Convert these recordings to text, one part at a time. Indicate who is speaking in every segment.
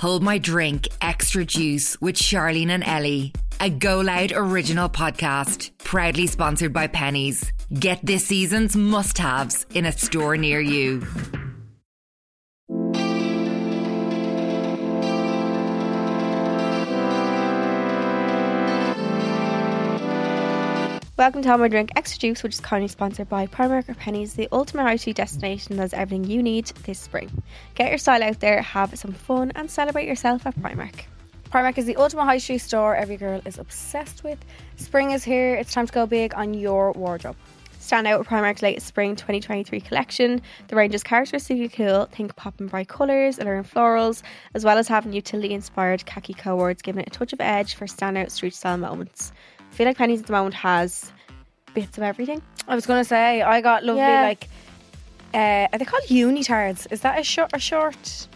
Speaker 1: Hold My Drink Extra Juice with Charlene and Ellie, a Go Loud original podcast, proudly sponsored by Pennies. Get this season's must haves in a store near you.
Speaker 2: Welcome to All My Drink Extra Juice, which is currently sponsored by Primark or Pennies, the ultimate how-to destination that's everything you need this spring. Get your style out there, have some fun, and celebrate yourself at Primark. Primark is the ultimate high street store every girl is obsessed with. Spring is here, it's time to go big on your wardrobe. Stand out with Primark's latest spring 2023 collection. The range is characteristically cool, think pop and bright colours, alluring florals, as well as having utility inspired khaki cowards, giving it a touch of edge for standout street style moments. I feel like Penny's at the moment has bits of everything.
Speaker 3: I was gonna say I got lovely
Speaker 2: Yeah.
Speaker 3: like uh, are they called unitards? Is that a short a short?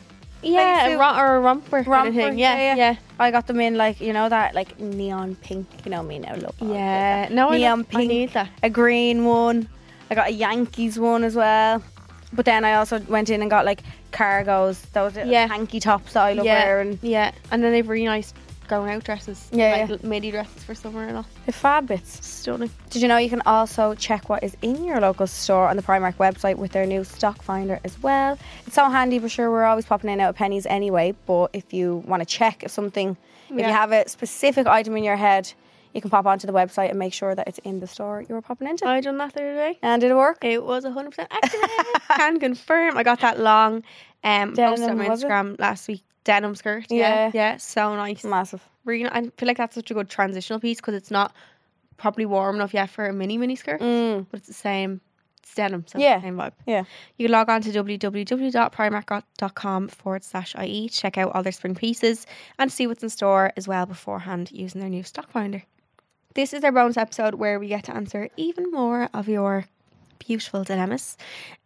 Speaker 2: Yeah,
Speaker 3: Like
Speaker 2: a
Speaker 3: a
Speaker 2: rom- or a romper, kind of
Speaker 3: romper?
Speaker 2: thing. Yeah, yeah.
Speaker 3: Yeah, I got them in like you know that like neon pink. You know me now, love. all of
Speaker 2: Yeah.
Speaker 3: that.
Speaker 2: No, I
Speaker 3: neon
Speaker 2: lo- I
Speaker 3: pink.
Speaker 2: need that.
Speaker 3: A green one. I got a Yankees one as well. But then I also went in and got like cargos, those little
Speaker 2: Yeah.
Speaker 3: hanky tops that I love
Speaker 2: yeah,
Speaker 3: wearing.
Speaker 2: yeah. And then they've really nice going out dresses.
Speaker 3: Yeah,
Speaker 2: like
Speaker 3: yeah.
Speaker 2: l- midi dresses for summer and all.
Speaker 3: The fab bits.
Speaker 2: Stunning.
Speaker 3: Did you know you can also check what is in your local store on the Primark website with their new stock finder as well? It's so handy for sure. We're always popping in and out of pennies anyway, but if you want to check if something, if
Speaker 2: Yeah.
Speaker 3: you have a specific item in your head, you can pop onto the website and make sure that it's in the store you were popping into.
Speaker 2: I done that the other day.
Speaker 3: and did it work?
Speaker 2: It was 100% accurate. Can confirm. I got that long um, post on
Speaker 3: Denim,
Speaker 2: my
Speaker 3: was it?
Speaker 2: Instagram last week. Denim skirt.
Speaker 3: Yeah.
Speaker 2: Yeah. Yeah. So nice.
Speaker 3: Massive.
Speaker 2: Really, ni- I feel like that's such a good transitional piece because it's not probably warm enough yet for a mini mini skirt.
Speaker 3: Mm.
Speaker 2: but it's the same. It's denim, so
Speaker 3: Yeah.
Speaker 2: it's the same vibe.
Speaker 3: Yeah.
Speaker 2: You can log on to www.primark.com forward slash IE to check out all their spring pieces and see what's in store as well beforehand using their new stock finder. This is our bonus episode where we get to answer even more of your beautiful dilemmas.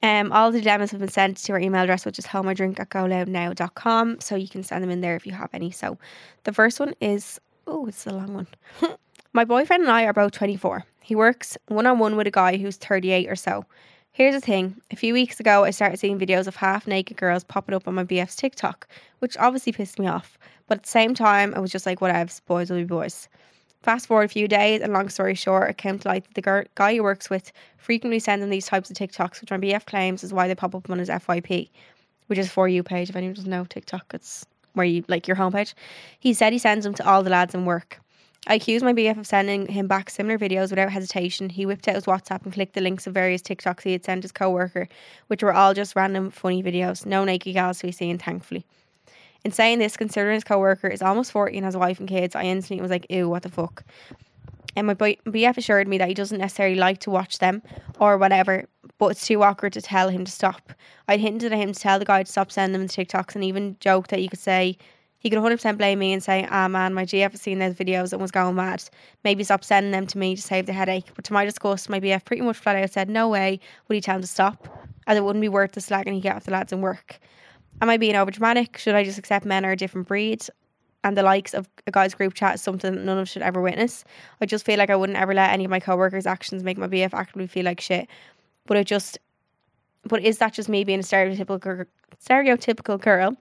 Speaker 2: Um, all the dilemmas have been sent to our email address, which is homeidrink@goloudnow.com. So you can send them in there if you have any. So the first one is oh, it's a long one. My boyfriend and I are both 24. He works one on one with a guy who's 38 or so. Here's the thing a few weeks ago, I started seeing videos of half naked girls popping up on my BF's TikTok, which obviously pissed me off. But at the same time, I was just like, whatevs, boys will be boys. Fast forward a few days, and long story short, it came to light that the gir- guy he works with frequently sends him these types of TikToks, which my BF claims is why they pop up on his FYP, which is for you page. If anyone doesn't know TikTok, it's where you like your homepage. He said he sends them to all the lads in work. I accused my BF of sending him back similar videos without hesitation. He whipped out his WhatsApp and clicked the links of various TikToks he had sent his coworker, which were all just random funny videos. No naked gals to be seen, thankfully. In saying this, considering his coworker is almost 40 and has a wife and kids, I instantly was like, ew, what the fuck? And my boy- BF assured me that he doesn't necessarily like to watch them or whatever, but it's too awkward to tell him to stop. I'd hinted at him to tell the guy to stop sending them the TikToks and even joked that you could say, he could 100% blame me and say, ah man, my GF has seen those videos and was going mad. Maybe stop sending them to me to save the headache. But to my disgust, my BF pretty much flat out said, no way would he tell him to stop, as it wouldn't be worth the slack and he get off the lads and work. Am I being over dramatic? Should I just accept men are a different breed? And the likes of a guy's group chat is something that none of us should ever witness. I just feel like I wouldn't ever let any of my coworkers' actions make my BF actively feel like shit. But it just, but is that just me being a stereotypical gir- stereotypical girl?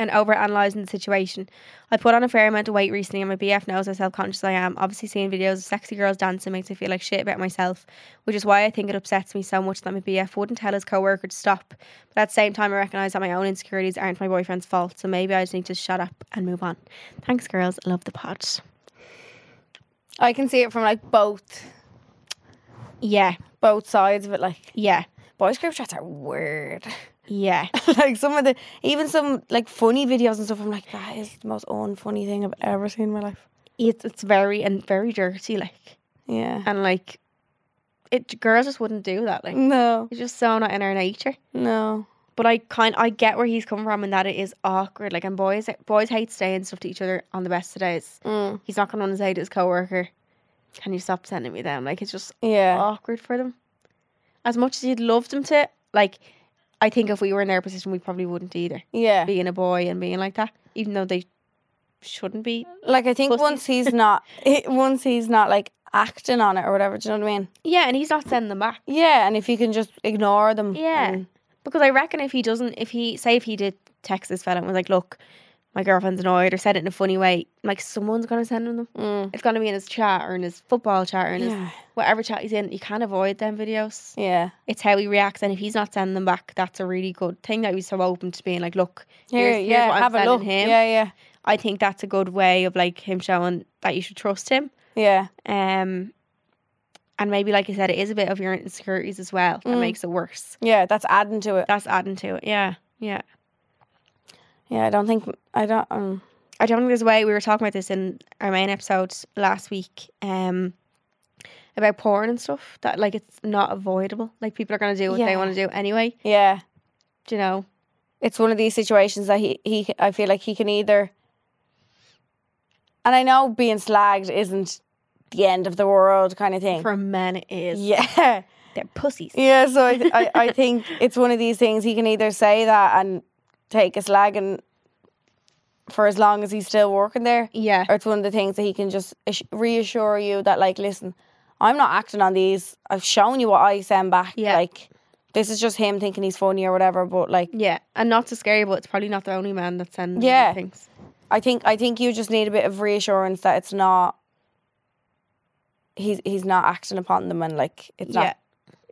Speaker 2: and overanalyzing the situation. I put on a fair amount of weight recently, and my BF knows how self conscious I am. Obviously, seeing videos of sexy girls dancing makes me feel like shit about myself, which is why I think it upsets me so much that my BF wouldn't tell his coworker to stop. But at the same time, I recognize that my own insecurities aren't my boyfriend's fault, so maybe I just need to shut up and move on. Thanks, girls. I love the pod.
Speaker 3: I can see it from like both
Speaker 2: Yeah,
Speaker 3: both sides of it. Like
Speaker 2: yeah,
Speaker 3: boys group chats are weird.
Speaker 2: yeah,
Speaker 3: like some of the even some like funny videos and stuff. I'm like that is the most unfunny thing I've ever seen in my life.
Speaker 2: it's it's very and very dirty, like
Speaker 3: Yeah.
Speaker 2: and like, it girls just wouldn't do that, like
Speaker 3: No,
Speaker 2: it's just so not in our nature.
Speaker 3: no.
Speaker 2: But I kind I get where he's coming from and that it is awkward. Like and boys boys hate saying stuff to each other on the best of days.
Speaker 3: Mm.
Speaker 2: He's not gonna want to say to his coworker, Can you stop sending me them? Like it's just
Speaker 3: Yeah.
Speaker 2: awkward for them. As much as you'd love them to, like I think if we were in their position we probably wouldn't either.
Speaker 3: yeah.
Speaker 2: Being a boy and being like that. Even though they shouldn't be.
Speaker 3: Like I think
Speaker 2: Pussy.
Speaker 3: once he's not, he- once he's not like acting on it or whatever. Do you know what I mean?
Speaker 2: Yeah, and he's not sending them back. Mm.
Speaker 3: Yeah. And if you can just ignore them.
Speaker 2: Yeah.
Speaker 3: and-
Speaker 2: Because I reckon if he doesn't, if he say if he did text this fella and was like, "Look, my girlfriend's annoyed or said it in a funny way, like someone's gonna send him them.
Speaker 3: Mm.
Speaker 2: It's gonna be in his chat or in his football chat or in his
Speaker 3: Yeah.
Speaker 2: whatever chat he's in. You can't avoid them videos.
Speaker 3: Yeah.
Speaker 2: It's how he reacts, and if he's not sending them back, that's a really good thing that he's so open to being like, look,
Speaker 3: Here,
Speaker 2: here's, here's
Speaker 3: yeah.
Speaker 2: what I'm
Speaker 3: have a
Speaker 2: sending
Speaker 3: look.
Speaker 2: him.
Speaker 3: Yeah, yeah,
Speaker 2: I think that's a good way of like him showing that you should trust him.
Speaker 3: yeah.
Speaker 2: Um, and maybe like I said, it is a bit of your insecurities as well that
Speaker 3: Mm.
Speaker 2: makes it worse.
Speaker 3: Yeah, that's adding to it.
Speaker 2: That's adding to it. Yeah, yeah.
Speaker 3: Yeah, I don't think I don't. Um,
Speaker 2: I don't think there's a way we were talking about this in our main episode last week. Um, about porn and stuff that like it's not avoidable. Like people are gonna do what
Speaker 3: Yeah.
Speaker 2: they want to do anyway.
Speaker 3: yeah,
Speaker 2: Do you know?
Speaker 3: it's one of these situations that he he. I feel like he can either. And I know being slagged isn't the end of the world, kind of thing.
Speaker 2: For men, it is.
Speaker 3: yeah,
Speaker 2: They're pussies.
Speaker 3: yeah. So I, I I think it's one of these things he can either say that and take a slag and for as long as he's still working there,
Speaker 2: Yeah.
Speaker 3: or it's one of the things that he can just assu- reassure you that like listen i'm not acting on these i've shown you what i send back
Speaker 2: Yeah.
Speaker 3: like this is just him thinking he's funny or whatever but like
Speaker 2: Yeah, and not to scare you, but it's probably not the only man that sends
Speaker 3: Yeah.
Speaker 2: yeah. things.
Speaker 3: i think i think you just need a bit of reassurance that it's not he's he's not acting upon them and like it's
Speaker 2: Yeah,
Speaker 3: not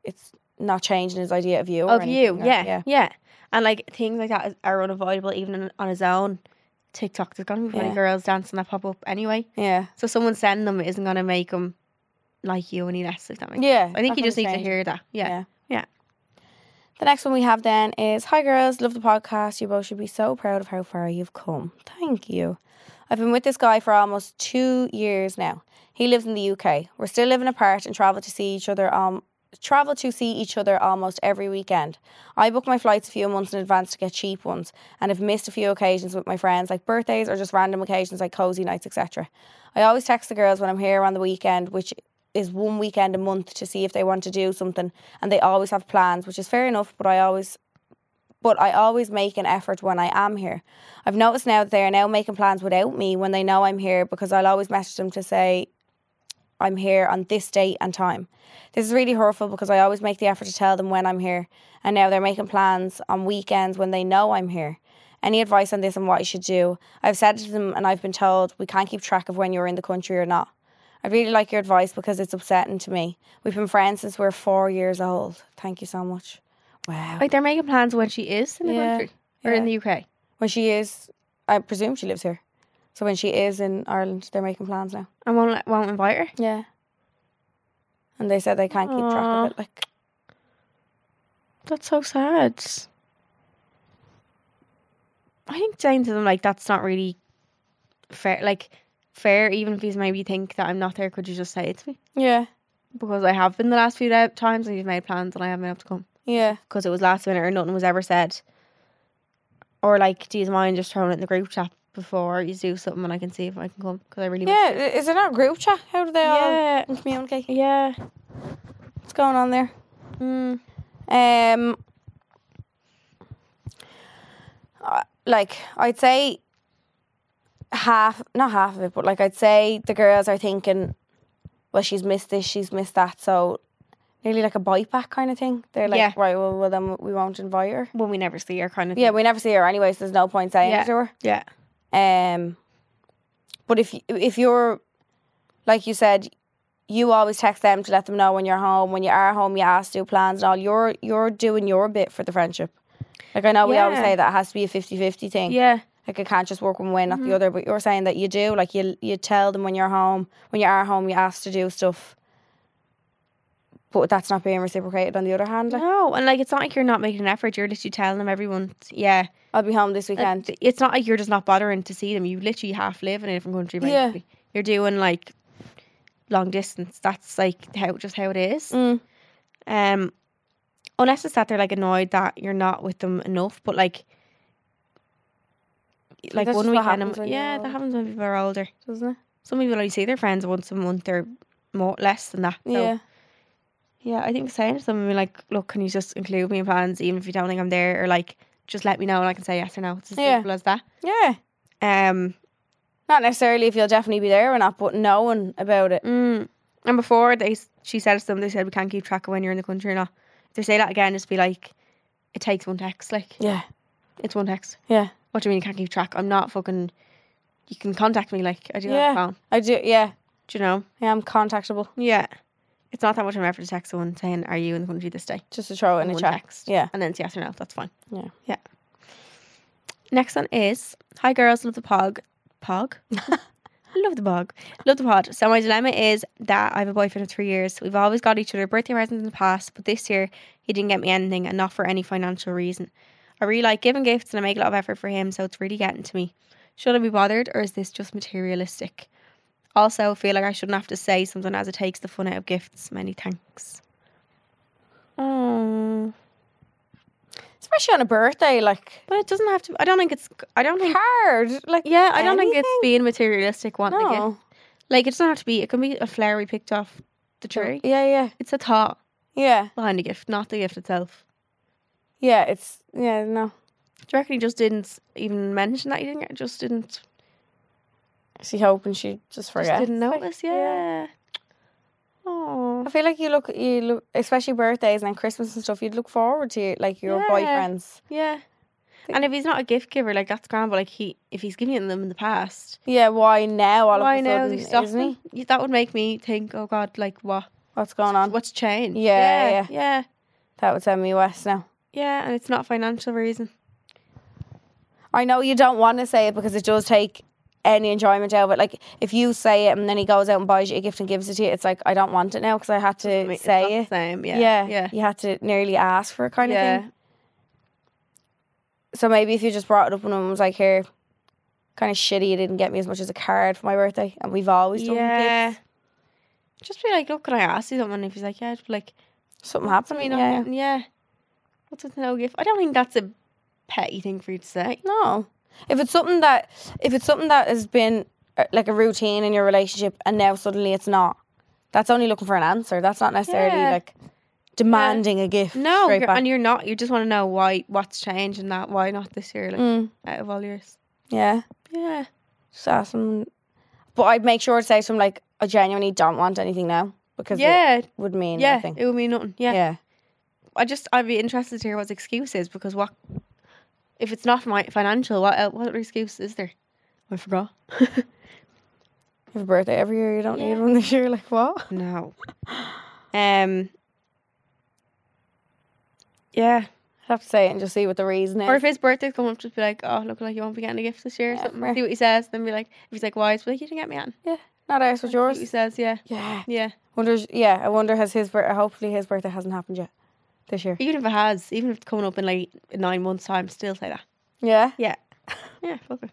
Speaker 3: it's not changing his idea of you or
Speaker 2: of you.
Speaker 3: anything, or-
Speaker 2: yeah, yeah, and like things like that is, are unavoidable even in, on his own. TikTok, there's gonna be funny
Speaker 3: Yeah.
Speaker 2: girls dancing that pop up anyway.
Speaker 3: yeah
Speaker 2: So someone sending them isn't gonna make him like you any less. If that makes
Speaker 3: yeah
Speaker 2: I think
Speaker 3: that
Speaker 2: you just
Speaker 3: kind
Speaker 2: need
Speaker 3: of
Speaker 2: to
Speaker 3: change.
Speaker 2: hear that. Yeah.
Speaker 3: Yeah.
Speaker 2: Yeah.
Speaker 3: The next one we have then is Hi girls, love the podcast. You both should be so proud of how far you've come. Thank you. I've been with this guy for almost two years now. He lives in the UK. We're still living apart and travel to see each other um travel to see each other almost every weekend. I book my flights a few months in advance to get cheap ones and have missed a few occasions with my friends like birthdays or just random occasions like cozy nights, etc. I always text the girls when I'm here on the weekend, which is one weekend a month to see if they want to do something and they always have plans which is fair enough but i always but i always make an effort when i am here i've noticed now that they are now making plans without me when they know i'm here because i'll always message them to say i'm here on this date and time this is really hurtful because i always make the effort to tell them when i'm here and now they're making plans on weekends when they know i'm here any advice on this and what I should do? I've said to them and I've been told we can't keep track of when you're in the country or not. I really like your advice because it's upsetting to me. We've been friends since we were four years old. Thank you so much. Wow.
Speaker 2: Like they're making plans when she is in the
Speaker 3: Yeah.
Speaker 2: country or in the UK.
Speaker 3: When she is, I presume she lives here. So when she is in Ireland, they're making plans now.
Speaker 2: I won't let- won't invite her.
Speaker 3: Yeah. And they said they can't keep track
Speaker 2: Aw.
Speaker 3: of it. Like,
Speaker 2: That's so sad. I think saying to them like that's not really fair. Like fair, even if he's maybe think that I'm not there, could you just say it to me?
Speaker 3: yeah,
Speaker 2: Because I have been the last few da- times and you've made plans and I haven't been able to come
Speaker 3: yeah,
Speaker 2: because it was last minute or nothing was ever said. Or like, do you mind just throwing it in the group chat before you do something and I can see if I can come because I really
Speaker 3: yeah. i- Is it not group chat? How do they
Speaker 2: Yeah.
Speaker 3: all communicate?
Speaker 2: yeah.
Speaker 3: What's going on there?
Speaker 2: Mm.
Speaker 3: Um, uh, like I'd say half, not half of it, but like I'd say the girls are thinking, well, she's missed this, she's missed that, so nearly like a bite back kind of thing. They're like,
Speaker 2: Yeah.
Speaker 3: right, well, well, then we won't invite her.
Speaker 2: Well, we never see her kind of.
Speaker 3: Yeah, we never see her anyway, so there's no point saying
Speaker 2: Yeah.
Speaker 3: it to
Speaker 2: yeah,
Speaker 3: her. Um, but if y- if you're, like you said. You always text them to let them know when you're home. When you are home, you ask to do plans and all. You're you're doing your bit for the friendship. Like I know we always
Speaker 2: Yeah.
Speaker 3: say that it has to be a 50-50 thing.
Speaker 2: yeah, Mm-hmm.
Speaker 3: Like it can't just work one way, not the other. But you're saying that you do. Like you you tell them when you're home, when you are home, you ask to do stuff. But that's not being reciprocated. On the other hand, like,
Speaker 2: No, and like it's not like you're not making an effort. You're literally telling them every month. Yeah,
Speaker 3: I'll be home this weekend.
Speaker 2: Like, it's not like you're just not bothering to see them. You literally half live in a different country.
Speaker 3: Yeah.
Speaker 2: Basically. you're doing like long distance. That's like how just how it is.
Speaker 3: Mm.
Speaker 2: Um, unless it's that they're like annoyed that you're not with them enough, but like. Like
Speaker 3: that's
Speaker 2: one
Speaker 3: just what
Speaker 2: weekend,
Speaker 3: happens
Speaker 2: I'm-
Speaker 3: when you're
Speaker 2: yeah,
Speaker 3: older.
Speaker 2: that happens when people are older.
Speaker 3: Doesn't it?
Speaker 2: Some people only see their friends once a month or more, less than that. So
Speaker 3: yeah.
Speaker 2: yeah, I think saying to them, I mean, like, look, can you just include me in plans, even if you don't think I'm there, or like, just let me know and I can say yes or no. It's as
Speaker 3: Yeah.
Speaker 2: simple as that.
Speaker 3: Yeah.
Speaker 2: Um,
Speaker 3: Not necessarily if you'll definitely be there or not, but knowing about it.
Speaker 2: mm, and before they, s- she said it to them, they said we can't keep track of when you're in the country or not. If they say that again, just be like, it takes one text, like
Speaker 3: Yeah.
Speaker 2: it's one text.
Speaker 3: Yeah.
Speaker 2: What do you mean you can't keep track? I'm not fucking. You can contact me like I do
Speaker 3: Yeah.
Speaker 2: have a phone.
Speaker 3: I do. Yeah,
Speaker 2: Do you know?
Speaker 3: yeah, I'm contactable.
Speaker 2: Yeah. It's not that much of an effort to text someone saying, "Are you in the country this day?"
Speaker 3: Just to throw it in a
Speaker 2: One
Speaker 3: chat.
Speaker 2: text.
Speaker 3: Yeah.
Speaker 2: and then it's yes or no. That's fine.
Speaker 3: Yeah.
Speaker 2: yeah. Next one is hi girls, love the pog, pog. Love the pog, love the pod. So my dilemma is that I have a boyfriend of three years. We've always got each other birthday presents in the past, but this year he didn't get me anything, and not for any financial reason. I really like giving gifts, and I make a lot of effort for him, so it's really getting to me. Should I be bothered, or is this just materialistic? Also, feel like I shouldn't have to say something as it takes the fun out of gifts. Many thanks. Oh.
Speaker 3: Especially on a birthday, like
Speaker 2: But it doesn't have to. I don't think it's. I don't think.
Speaker 3: hard. Like
Speaker 2: Yeah, I don't think it's
Speaker 3: anything.
Speaker 2: being materialistic. Wanting a gift.
Speaker 3: no.
Speaker 2: like it doesn't have to be. It can be a flower we picked off the tree.
Speaker 3: Yeah, yeah,
Speaker 2: It's a thought
Speaker 3: yeah,
Speaker 2: behind the gift, not the gift itself.
Speaker 3: yeah. It's yeah, no.
Speaker 2: Do you reckon he just didn't s- even mention that he didn't? Get, just didn't.
Speaker 3: She hoping she just
Speaker 2: Just
Speaker 3: forget.
Speaker 2: didn't notice. yeah.
Speaker 3: I
Speaker 2: Oh.
Speaker 3: feel like you look, you look, especially birthdays and Christmas and stuff. You'd look forward to like your
Speaker 2: Yeah.
Speaker 3: boyfriends.
Speaker 2: Yeah. And if he's not a gift giver, like that's grand. But like he, if he's giving them in the past,
Speaker 3: Yeah, why now? All
Speaker 2: why
Speaker 3: of a
Speaker 2: now?
Speaker 3: sudden,
Speaker 2: is he
Speaker 3: isn't he?
Speaker 2: stopping? Yeah, That would make me think. Oh God, like what?
Speaker 3: What's going on?
Speaker 2: What's changed?
Speaker 3: Yeah,
Speaker 2: yeah, yeah,
Speaker 3: That would send me west now.
Speaker 2: yeah. And it's not a financial reason.
Speaker 3: I know you don't want to say it because it does take any enjoyment out of it. Like if you say it and then he goes out and buys you a gift and gives it to you, it's like I don't want it now because I had
Speaker 2: I mean,
Speaker 3: to
Speaker 2: it's not
Speaker 3: say it.
Speaker 2: the same. Yeah,
Speaker 3: yeah,
Speaker 2: yeah,
Speaker 3: You had to nearly ask for it, kind of
Speaker 2: yeah.
Speaker 3: thing. So maybe if you just brought it up and was like, "Here, kind of shitty, you didn't get me as much as a card for my birthday," and we've always done
Speaker 2: Yeah.
Speaker 3: gifts.
Speaker 2: Just be like, look, can I ask you something? And if he's like, yeah, just be like,
Speaker 3: Something
Speaker 2: what's
Speaker 3: happened.
Speaker 2: me not
Speaker 3: yeah.
Speaker 2: getting- yeah. What's with no gift? I don't think that's a petty thing for you to say.
Speaker 3: No. If it's something that if it's something that has been uh, like a routine in your relationship and now suddenly it's not, that's only looking for an answer. That's not necessarily
Speaker 2: Yeah.
Speaker 3: like demanding a gift.
Speaker 2: No,
Speaker 3: straight
Speaker 2: you're,
Speaker 3: back.
Speaker 2: and you're not. You just want to know why, what's changed, and that why not this year, like
Speaker 3: Mm,
Speaker 2: out of all years.
Speaker 3: yeah,
Speaker 2: Yeah,
Speaker 3: just ask them. But I'd make sure to say something like, "I genuinely don't want anything now," because it
Speaker 2: yeah,
Speaker 3: would mean
Speaker 2: yeah.
Speaker 3: nothing.
Speaker 2: It would mean nothing. Yeah.
Speaker 3: yeah,
Speaker 2: I just I'd be interested to hear what his excuse is because what if it's not my financial? What el- what other excuse is there? I forgot.
Speaker 3: you have a birthday every year. You don't
Speaker 2: Yeah.
Speaker 3: need one this year. Like what?
Speaker 2: No. Um. Yeah.
Speaker 3: I'd have to say it and just see what the reason is.
Speaker 2: Or if his birthday's coming up, just be like, oh, look, like you won't be getting a gift this year or
Speaker 3: Yeah,
Speaker 2: something.
Speaker 3: fair.
Speaker 2: See what he says. Then be like, if he's like, why? It's like, you didn't get me on.
Speaker 3: not ours, but
Speaker 2: See what he
Speaker 3: yours.
Speaker 2: says, yeah.
Speaker 3: Yeah.
Speaker 2: Yeah.
Speaker 3: Wonders. Yeah, I wonder has his birthday. Hopefully, his birthday hasn't happened yet this year.
Speaker 2: Even if it has, even if it's coming up in like nine months' time, still say that.
Speaker 3: Yeah.
Speaker 2: Yeah. Yeah, fuck it.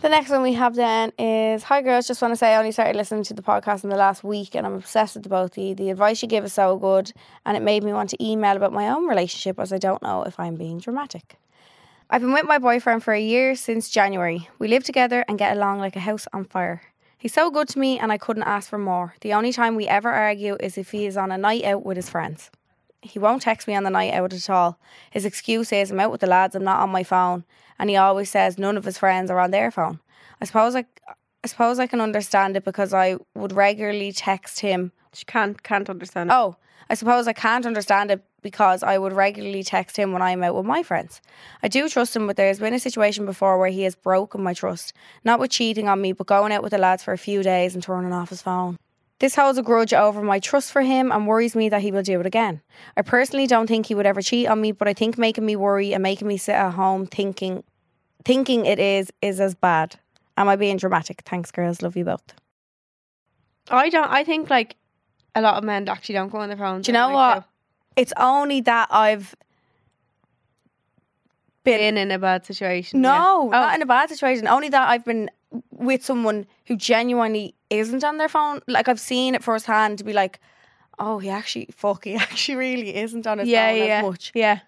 Speaker 3: The next one we have then is Hi girls, just want to say I only started listening to the podcast in the last week and I'm obsessed with the both of you. The advice you give is so good and it made me want to email about my own relationship as I don't know if I'm being dramatic. I've been with my boyfriend for a year since January. We live together and get along like a house on fire. He's so good to me and I couldn't ask for more. The only time we ever argue is if he is on a night out with his friends. He won't text me on the night out at all. His excuse is I'm out with the lads, I'm not on my phone, and he always says none of his friends are on their phone. I suppose I, I suppose I can understand it because I would regularly text him.
Speaker 2: She can't can't understand. it.
Speaker 3: Oh, I suppose I can't understand it because I would regularly text him when I'm out with my friends. I do trust him, but there's been a situation before where he has broken my trust. Not with cheating on me, but going out with the lads for a few days and turning off his phone. This holds a grudge over my trust for him and worries me that he will do it again. I personally don't think he would ever cheat on me, but I think making me worry and making me sit at home thinking thinking it is is as bad. Am I being dramatic? Thanks girls, love you both.
Speaker 2: Oh, I don't. I think like a lot of men actually don't go on their phones.
Speaker 3: Do you know
Speaker 2: Like,
Speaker 3: what?
Speaker 2: they've
Speaker 3: It's only that I've
Speaker 2: Been in a bad situation. yeah.
Speaker 3: no,
Speaker 2: Oh,
Speaker 3: not in a bad situation. Only that I've been with someone who genuinely isn't on their phone. Like I've seen it firsthand to be like, oh, he actually fuck, he actually really isn't on his
Speaker 2: yeah,
Speaker 3: phone
Speaker 2: yeah,
Speaker 3: as
Speaker 2: yeah.
Speaker 3: much.
Speaker 2: Yeah,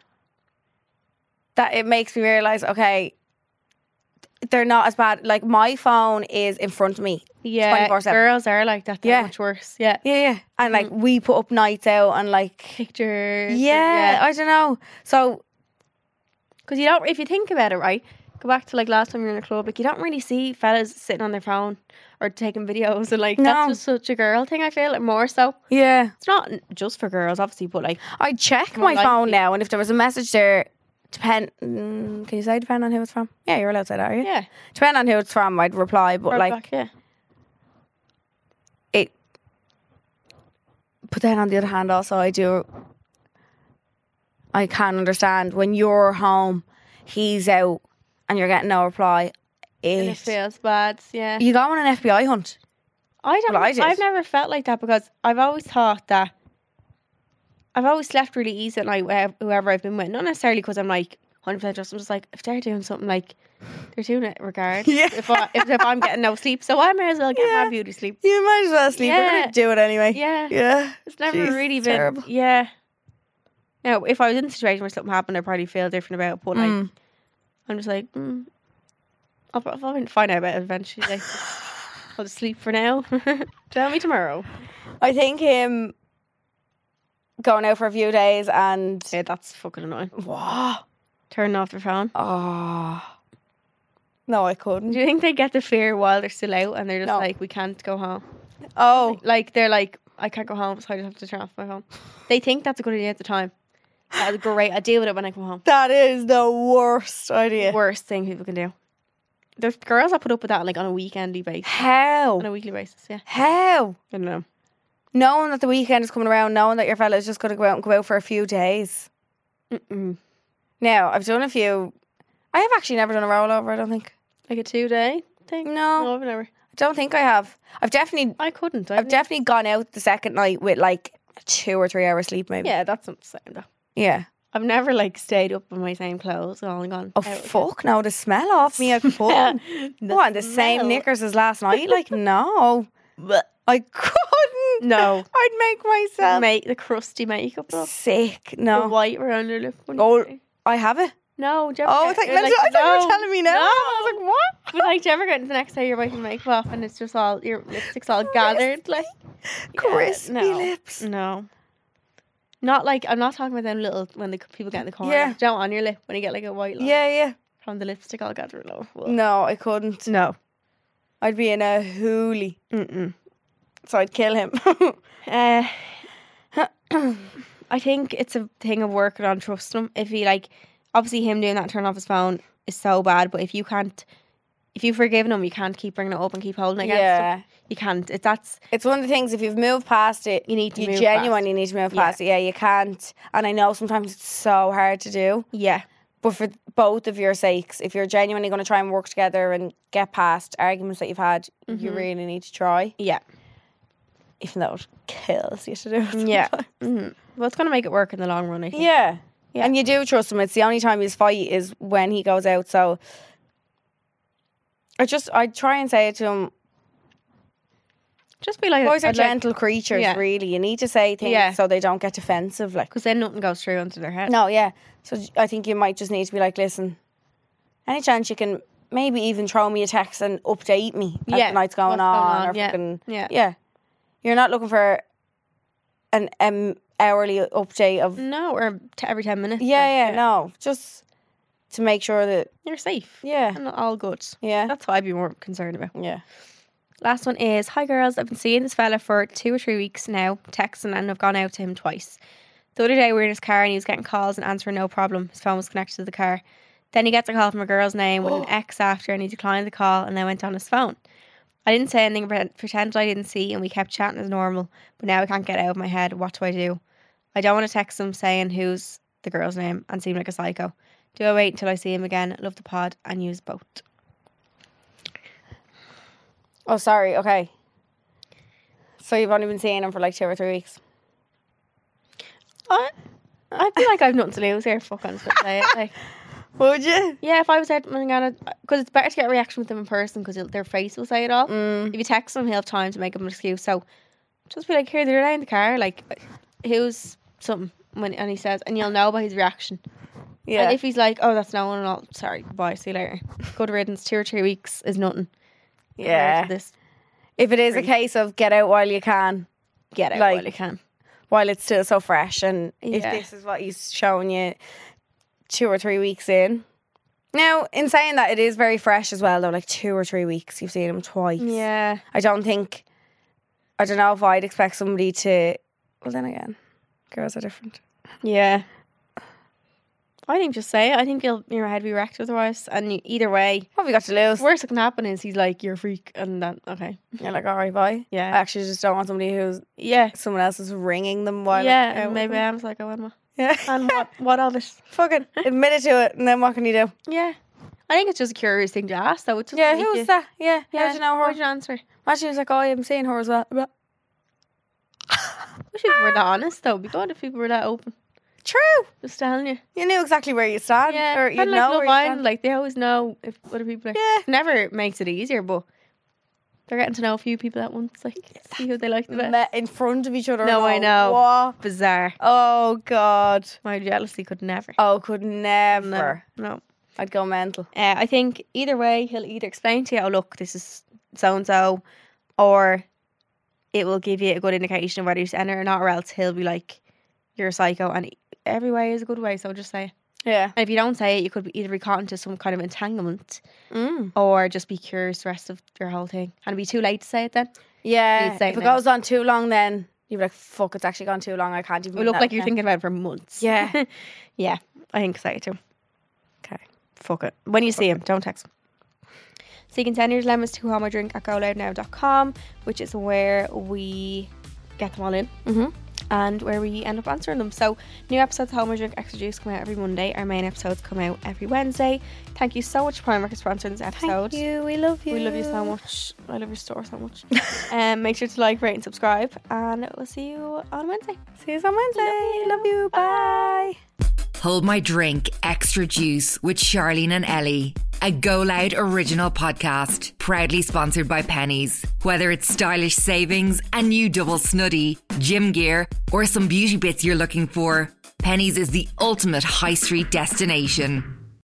Speaker 3: That it makes me realize, okay, they're not as bad. Like my phone is in front of me.
Speaker 2: yeah.
Speaker 3: 24/7.
Speaker 2: Girls are like that. They're
Speaker 3: Yeah.
Speaker 2: much worse. Yeah,
Speaker 3: Yeah, yeah. Mm. And like we put up nights out and like
Speaker 2: pictures. and-
Speaker 3: yeah, I don't know. So
Speaker 2: Because you don't, if you think about it, right? Go back to like last time you were in a club, like you don't really see fellas sitting on their phone or taking videos, and like
Speaker 3: No.
Speaker 2: that's just such a girl thing. I feel like more so.
Speaker 3: yeah.
Speaker 2: It's not just for girls, obviously, but like
Speaker 3: I check
Speaker 2: More
Speaker 3: my phone
Speaker 2: likely.
Speaker 3: now, and if there was a message there, Depend. Mm, can you say depend on who it's from? Yeah, you're allowed to say that, are you?
Speaker 2: Yeah.
Speaker 3: Depend on who it's from, I'd reply, but
Speaker 2: Right
Speaker 3: like
Speaker 2: back, yeah.
Speaker 3: it. But then on the other hand, also I do. I can understand when you're home, he's out, and you're getting no reply.
Speaker 2: And it
Speaker 3: It,
Speaker 2: feels bad. Yeah.
Speaker 3: you go on an FBI hunt.
Speaker 2: I don't.
Speaker 3: Well, I
Speaker 2: I
Speaker 3: did.
Speaker 2: have never felt like that because I've always thought that I've always slept really easy at night. where- Whoever I've been with, not necessarily because I'm like 100 percent trust. I'm just like if they're doing something like they're doing it regardless.
Speaker 3: Yeah.
Speaker 2: If I if, if I'm getting no sleep, so I may as well get
Speaker 3: Yeah.
Speaker 2: my beauty sleep.
Speaker 3: You might as well sleep. We're
Speaker 2: Yeah.
Speaker 3: gonna do it anyway.
Speaker 2: Yeah.
Speaker 3: Yeah.
Speaker 2: It's never
Speaker 3: Jeez,
Speaker 2: really
Speaker 3: it's
Speaker 2: been.
Speaker 3: terrible.
Speaker 2: Yeah. Now, if I was in a situation where something happened, I'd probably feel different about it. But like,
Speaker 3: Mm.
Speaker 2: I'm just like, mm, I'll probably find out about it eventually. Like, I'll just sleep for now. Tell me tomorrow.
Speaker 3: I think him going out for a few days and
Speaker 2: Yeah, that's fucking annoying.
Speaker 3: wow.
Speaker 2: Turn off their phone.
Speaker 3: Ah. No, I
Speaker 2: Do
Speaker 3: couldn't.
Speaker 2: you think they get the fear while they're still out and they're just
Speaker 3: No.
Speaker 2: like, we can't go home?
Speaker 3: Oh,
Speaker 2: Like, they're like, I can't go home, so I just have to turn off my phone. They think that's a good idea at the time. That was great. I'll deal with it when I come home.
Speaker 3: that is the worst idea.
Speaker 2: Worst thing people can do. There's girls that put up with that like on a weekendly basis.
Speaker 3: How?
Speaker 2: On a weekly basis, yeah.
Speaker 3: How?
Speaker 2: I don't know.
Speaker 3: Knowing that the weekend is coming around, knowing that your fella is just going to go out and go out for a few days.
Speaker 2: Mm-mm.
Speaker 3: Now, I've done a few. I have actually never done a rollover, I don't think.
Speaker 2: Like a two day thing?
Speaker 3: No,
Speaker 2: No, I've never.
Speaker 3: I don't think I have. I've definitely
Speaker 2: I couldn't. I've
Speaker 3: I've definitely gone out the second night with like two or three hours sleep maybe.
Speaker 2: yeah, that's not the same though.
Speaker 3: Yeah.
Speaker 2: I've never like stayed up in my same clothes and only gone.
Speaker 3: Oh
Speaker 2: out again.
Speaker 3: fuck no, the smell off me at the phone. What, the same
Speaker 2: smell.
Speaker 3: knickers as last night? Like no. I couldn't.
Speaker 2: No.
Speaker 3: I'd make myself
Speaker 2: Make the crusty makeup off.
Speaker 3: sick.
Speaker 2: The
Speaker 3: No.
Speaker 2: white around your lip. when you
Speaker 3: Oh,
Speaker 2: say-
Speaker 3: I have it.
Speaker 2: no, do you ever
Speaker 3: Oh, I
Speaker 2: get-
Speaker 3: thought,
Speaker 2: you're
Speaker 3: I thought you were
Speaker 2: no,
Speaker 3: telling me now.
Speaker 2: No.
Speaker 3: I was like, what?
Speaker 2: But like, do you ever go into the next day, you're wiping makeup off, and it's just all your lipstick's all gathered, like Yeah,
Speaker 3: Crispy
Speaker 2: no.
Speaker 3: lips.
Speaker 2: No. Not like I'm not talking about them little when the c- people get in the corner.
Speaker 3: Yeah.
Speaker 2: Yeah. Don't on your lip when you get like a white line
Speaker 3: Yeah, yeah.
Speaker 2: from the lipstick all gathered all over.
Speaker 3: No, I couldn't.
Speaker 2: No.
Speaker 3: I'd be in a hoolie,
Speaker 2: Mm-mm.
Speaker 3: so I'd kill him.
Speaker 2: Uh, I think it's a thing of working on trusting him. If he like, obviously him doing that turn off his phone is so bad. But if you can't, if you've forgiven him, you can't keep bringing it up and keep holding it against him.
Speaker 3: yeah,
Speaker 2: You can't. It, that's
Speaker 3: it's one of the things. If you've moved past it,
Speaker 2: You need to
Speaker 3: You
Speaker 2: move
Speaker 3: genuinely need to move
Speaker 2: Yeah.
Speaker 3: past it. Yeah, you can't. And I know sometimes it's so hard to do,
Speaker 2: yeah.
Speaker 3: but for both of your sakes, if you're genuinely going to try and work together and get past arguments that you've had, you
Speaker 2: Mhm.
Speaker 3: really need to try.
Speaker 2: Yeah.
Speaker 3: Even though it kills you to do it.
Speaker 2: Yeah.
Speaker 3: sometimes.
Speaker 2: Mm-hmm. Well, it's gonna make it work in the long run. I think.
Speaker 3: Yeah.
Speaker 2: Yeah.
Speaker 3: And you do trust him. It's the only time he's fight is when he goes out. So I just I try and say it to him.
Speaker 2: Just be like,
Speaker 3: Boys are
Speaker 2: I'd like,
Speaker 3: gentle creatures,
Speaker 2: Yeah.
Speaker 3: really. You need to say things
Speaker 2: Yeah.
Speaker 3: so they don't get defensive. Like
Speaker 2: because then nothing goes through into their head.
Speaker 3: no, yeah. So j- I think you might just need to be like, listen, any chance you can maybe even throw me a text and update me as
Speaker 2: Yeah,
Speaker 3: the night's
Speaker 2: what's
Speaker 3: going
Speaker 2: going
Speaker 3: on,
Speaker 2: on,
Speaker 3: or
Speaker 2: yeah.
Speaker 3: fucking
Speaker 2: Yeah.
Speaker 3: yeah. You're not looking for an um, hourly update of
Speaker 2: No, or t- every ten minutes. like,
Speaker 3: yeah, yeah, no, just to make sure that
Speaker 2: You're safe.
Speaker 3: yeah,
Speaker 2: And all good.
Speaker 3: yeah,
Speaker 2: That's what I'd be more concerned about.
Speaker 3: yeah.
Speaker 2: Last one is Hi girls, I've been seeing this fella for two or three weeks now, texting, and I've gone out to him twice. The other day we were in his car and he was getting calls and answering no problem. His phone was connected to the car. Then he gets a call from a girl's name with an X after and he declined the call and then went on his phone. I didn't say anything, pre- pretended I didn't see, and we kept chatting as normal, but now I can't get it out of my head. What do I do? I don't want to text him saying who's the girl's name and seem like a psycho. Do I wait until I see him again? Love the pod and use both.
Speaker 3: Oh, sorry. Okay. So you've only been seeing him for like two or three weeks.
Speaker 2: I, I feel like I've nothing to lose here. Fuck, I'm just gonna say it. Like,
Speaker 3: Would you?
Speaker 2: yeah, if I was out because it's better to get a reaction with them in person because their face will say it all.
Speaker 3: Mm.
Speaker 2: If you text them, he'll have time to make up an excuse. So just be like, here, they're in the car. Like, who's something when and he says, and you'll know by his reaction.
Speaker 3: Yeah.
Speaker 2: And if he's like, oh, that's no one, and all, sorry, bye, see you later. Good riddance. Two or three weeks is nothing. compared to
Speaker 3: yeah.
Speaker 2: this
Speaker 3: If it is a case of get out while you can,
Speaker 2: get out
Speaker 3: Like-
Speaker 2: while you can.
Speaker 3: while it's still so fresh, and if
Speaker 2: Yeah.
Speaker 3: this is what he's showing you two or three weeks in. Now, in saying that, it is very fresh as well, though, like two or three weeks. You've seen him twice.
Speaker 2: Yeah.
Speaker 3: I don't think, I don't know if I'd expect somebody to, well, then again, girls are different.
Speaker 2: Yeah. I think just say it. I think you'll your head will be wrecked otherwise. And you, either way,
Speaker 3: What have we got to lose?
Speaker 2: worst that can happen is he's like, "You're a freak," and then okay,
Speaker 3: You're like, all right, bye. I
Speaker 2: yeah,
Speaker 3: actually just don't want somebody who's
Speaker 2: yeah,
Speaker 3: someone else is ringing them while
Speaker 2: yeah.
Speaker 3: out
Speaker 2: And
Speaker 3: with
Speaker 2: maybe
Speaker 3: them.
Speaker 2: I'm just like, "Oh, Emma,"
Speaker 3: yeah.
Speaker 2: and what, what of it?
Speaker 3: Fucking admit it to it, and then what can you do?
Speaker 2: Yeah, I think it's just a curious thing to ask. Though, it doesn't
Speaker 3: Yeah,
Speaker 2: make you-
Speaker 3: who's that? Yeah,
Speaker 2: Yeah,
Speaker 3: how'd you know her?
Speaker 2: How'd you answer?
Speaker 3: Imagine he was like, oh, I'm seeing her as well. But-
Speaker 2: Wish people were
Speaker 3: Ah.
Speaker 2: that honest though. It'd be good if people were that open.
Speaker 3: True.
Speaker 2: Just telling you.
Speaker 3: You knew exactly where you stand,
Speaker 2: Yeah,
Speaker 3: or
Speaker 2: kind
Speaker 3: you
Speaker 2: of like
Speaker 3: know where
Speaker 2: Love
Speaker 3: you
Speaker 2: Island,
Speaker 3: stand.
Speaker 2: like they always know if other people are.
Speaker 3: Yeah.
Speaker 2: Never makes it easier, but they're getting to know a few people at once. Like, see who they like the best.
Speaker 3: Met in front of each other.
Speaker 2: No,
Speaker 3: and
Speaker 2: I
Speaker 3: all.
Speaker 2: know.
Speaker 3: Wha-
Speaker 2: Bizarre.
Speaker 3: Oh God.
Speaker 2: My jealousy could never.
Speaker 3: Oh, could never.
Speaker 2: No. no.
Speaker 3: I'd go mental.
Speaker 2: Uh, I think either way, he'll either explain to you, oh, look, this is so and so, or it will give you a good indication of whether he's in it or not, or else he'll be like, you're a psycho. And every way is a good way, so just say it.
Speaker 3: Yeah.
Speaker 2: And if you don't say it, you could be either be caught into some kind of entanglement
Speaker 3: Mm.
Speaker 2: or just be curious the rest of your whole thing. And it'd be too late to say it then.
Speaker 3: Yeah.
Speaker 2: You'd say
Speaker 3: If it
Speaker 2: no.
Speaker 3: goes on too long, then you'd be like, "Fuck, it's actually gone too long. I can't
Speaker 2: It
Speaker 3: even."
Speaker 2: would look
Speaker 3: no,
Speaker 2: like you're
Speaker 3: no.
Speaker 2: thinking about it for months.
Speaker 3: Yeah.
Speaker 2: yeah, I think so too.
Speaker 3: Okay.
Speaker 2: Fuck it. When you see him, don't text him. So you can send your dilemmas to homodrink at goloudnow.com, which is where we get them all in
Speaker 3: Mhm.
Speaker 2: and where we end up answering them. So new episodes of Home and Drink Extra Juice come out every Monday. Our main episodes come out every Wednesday. Thank you so much, Primark, for sponsoring this episode.
Speaker 3: Thank you. We love you.
Speaker 2: We love you so much. I love your store so much. um, make sure to like, rate, and subscribe, and we'll see you on Wednesday.
Speaker 3: See you on Wednesday. Love you. Bye.
Speaker 1: Hold My Drink Extra Juice with Charlene and Ellie, a Go Loud original podcast, proudly sponsored by Pennies. Whether it's stylish savings, a new double snuddy, gym gear, or some beauty bits you're looking for, Pennies is the ultimate high street destination.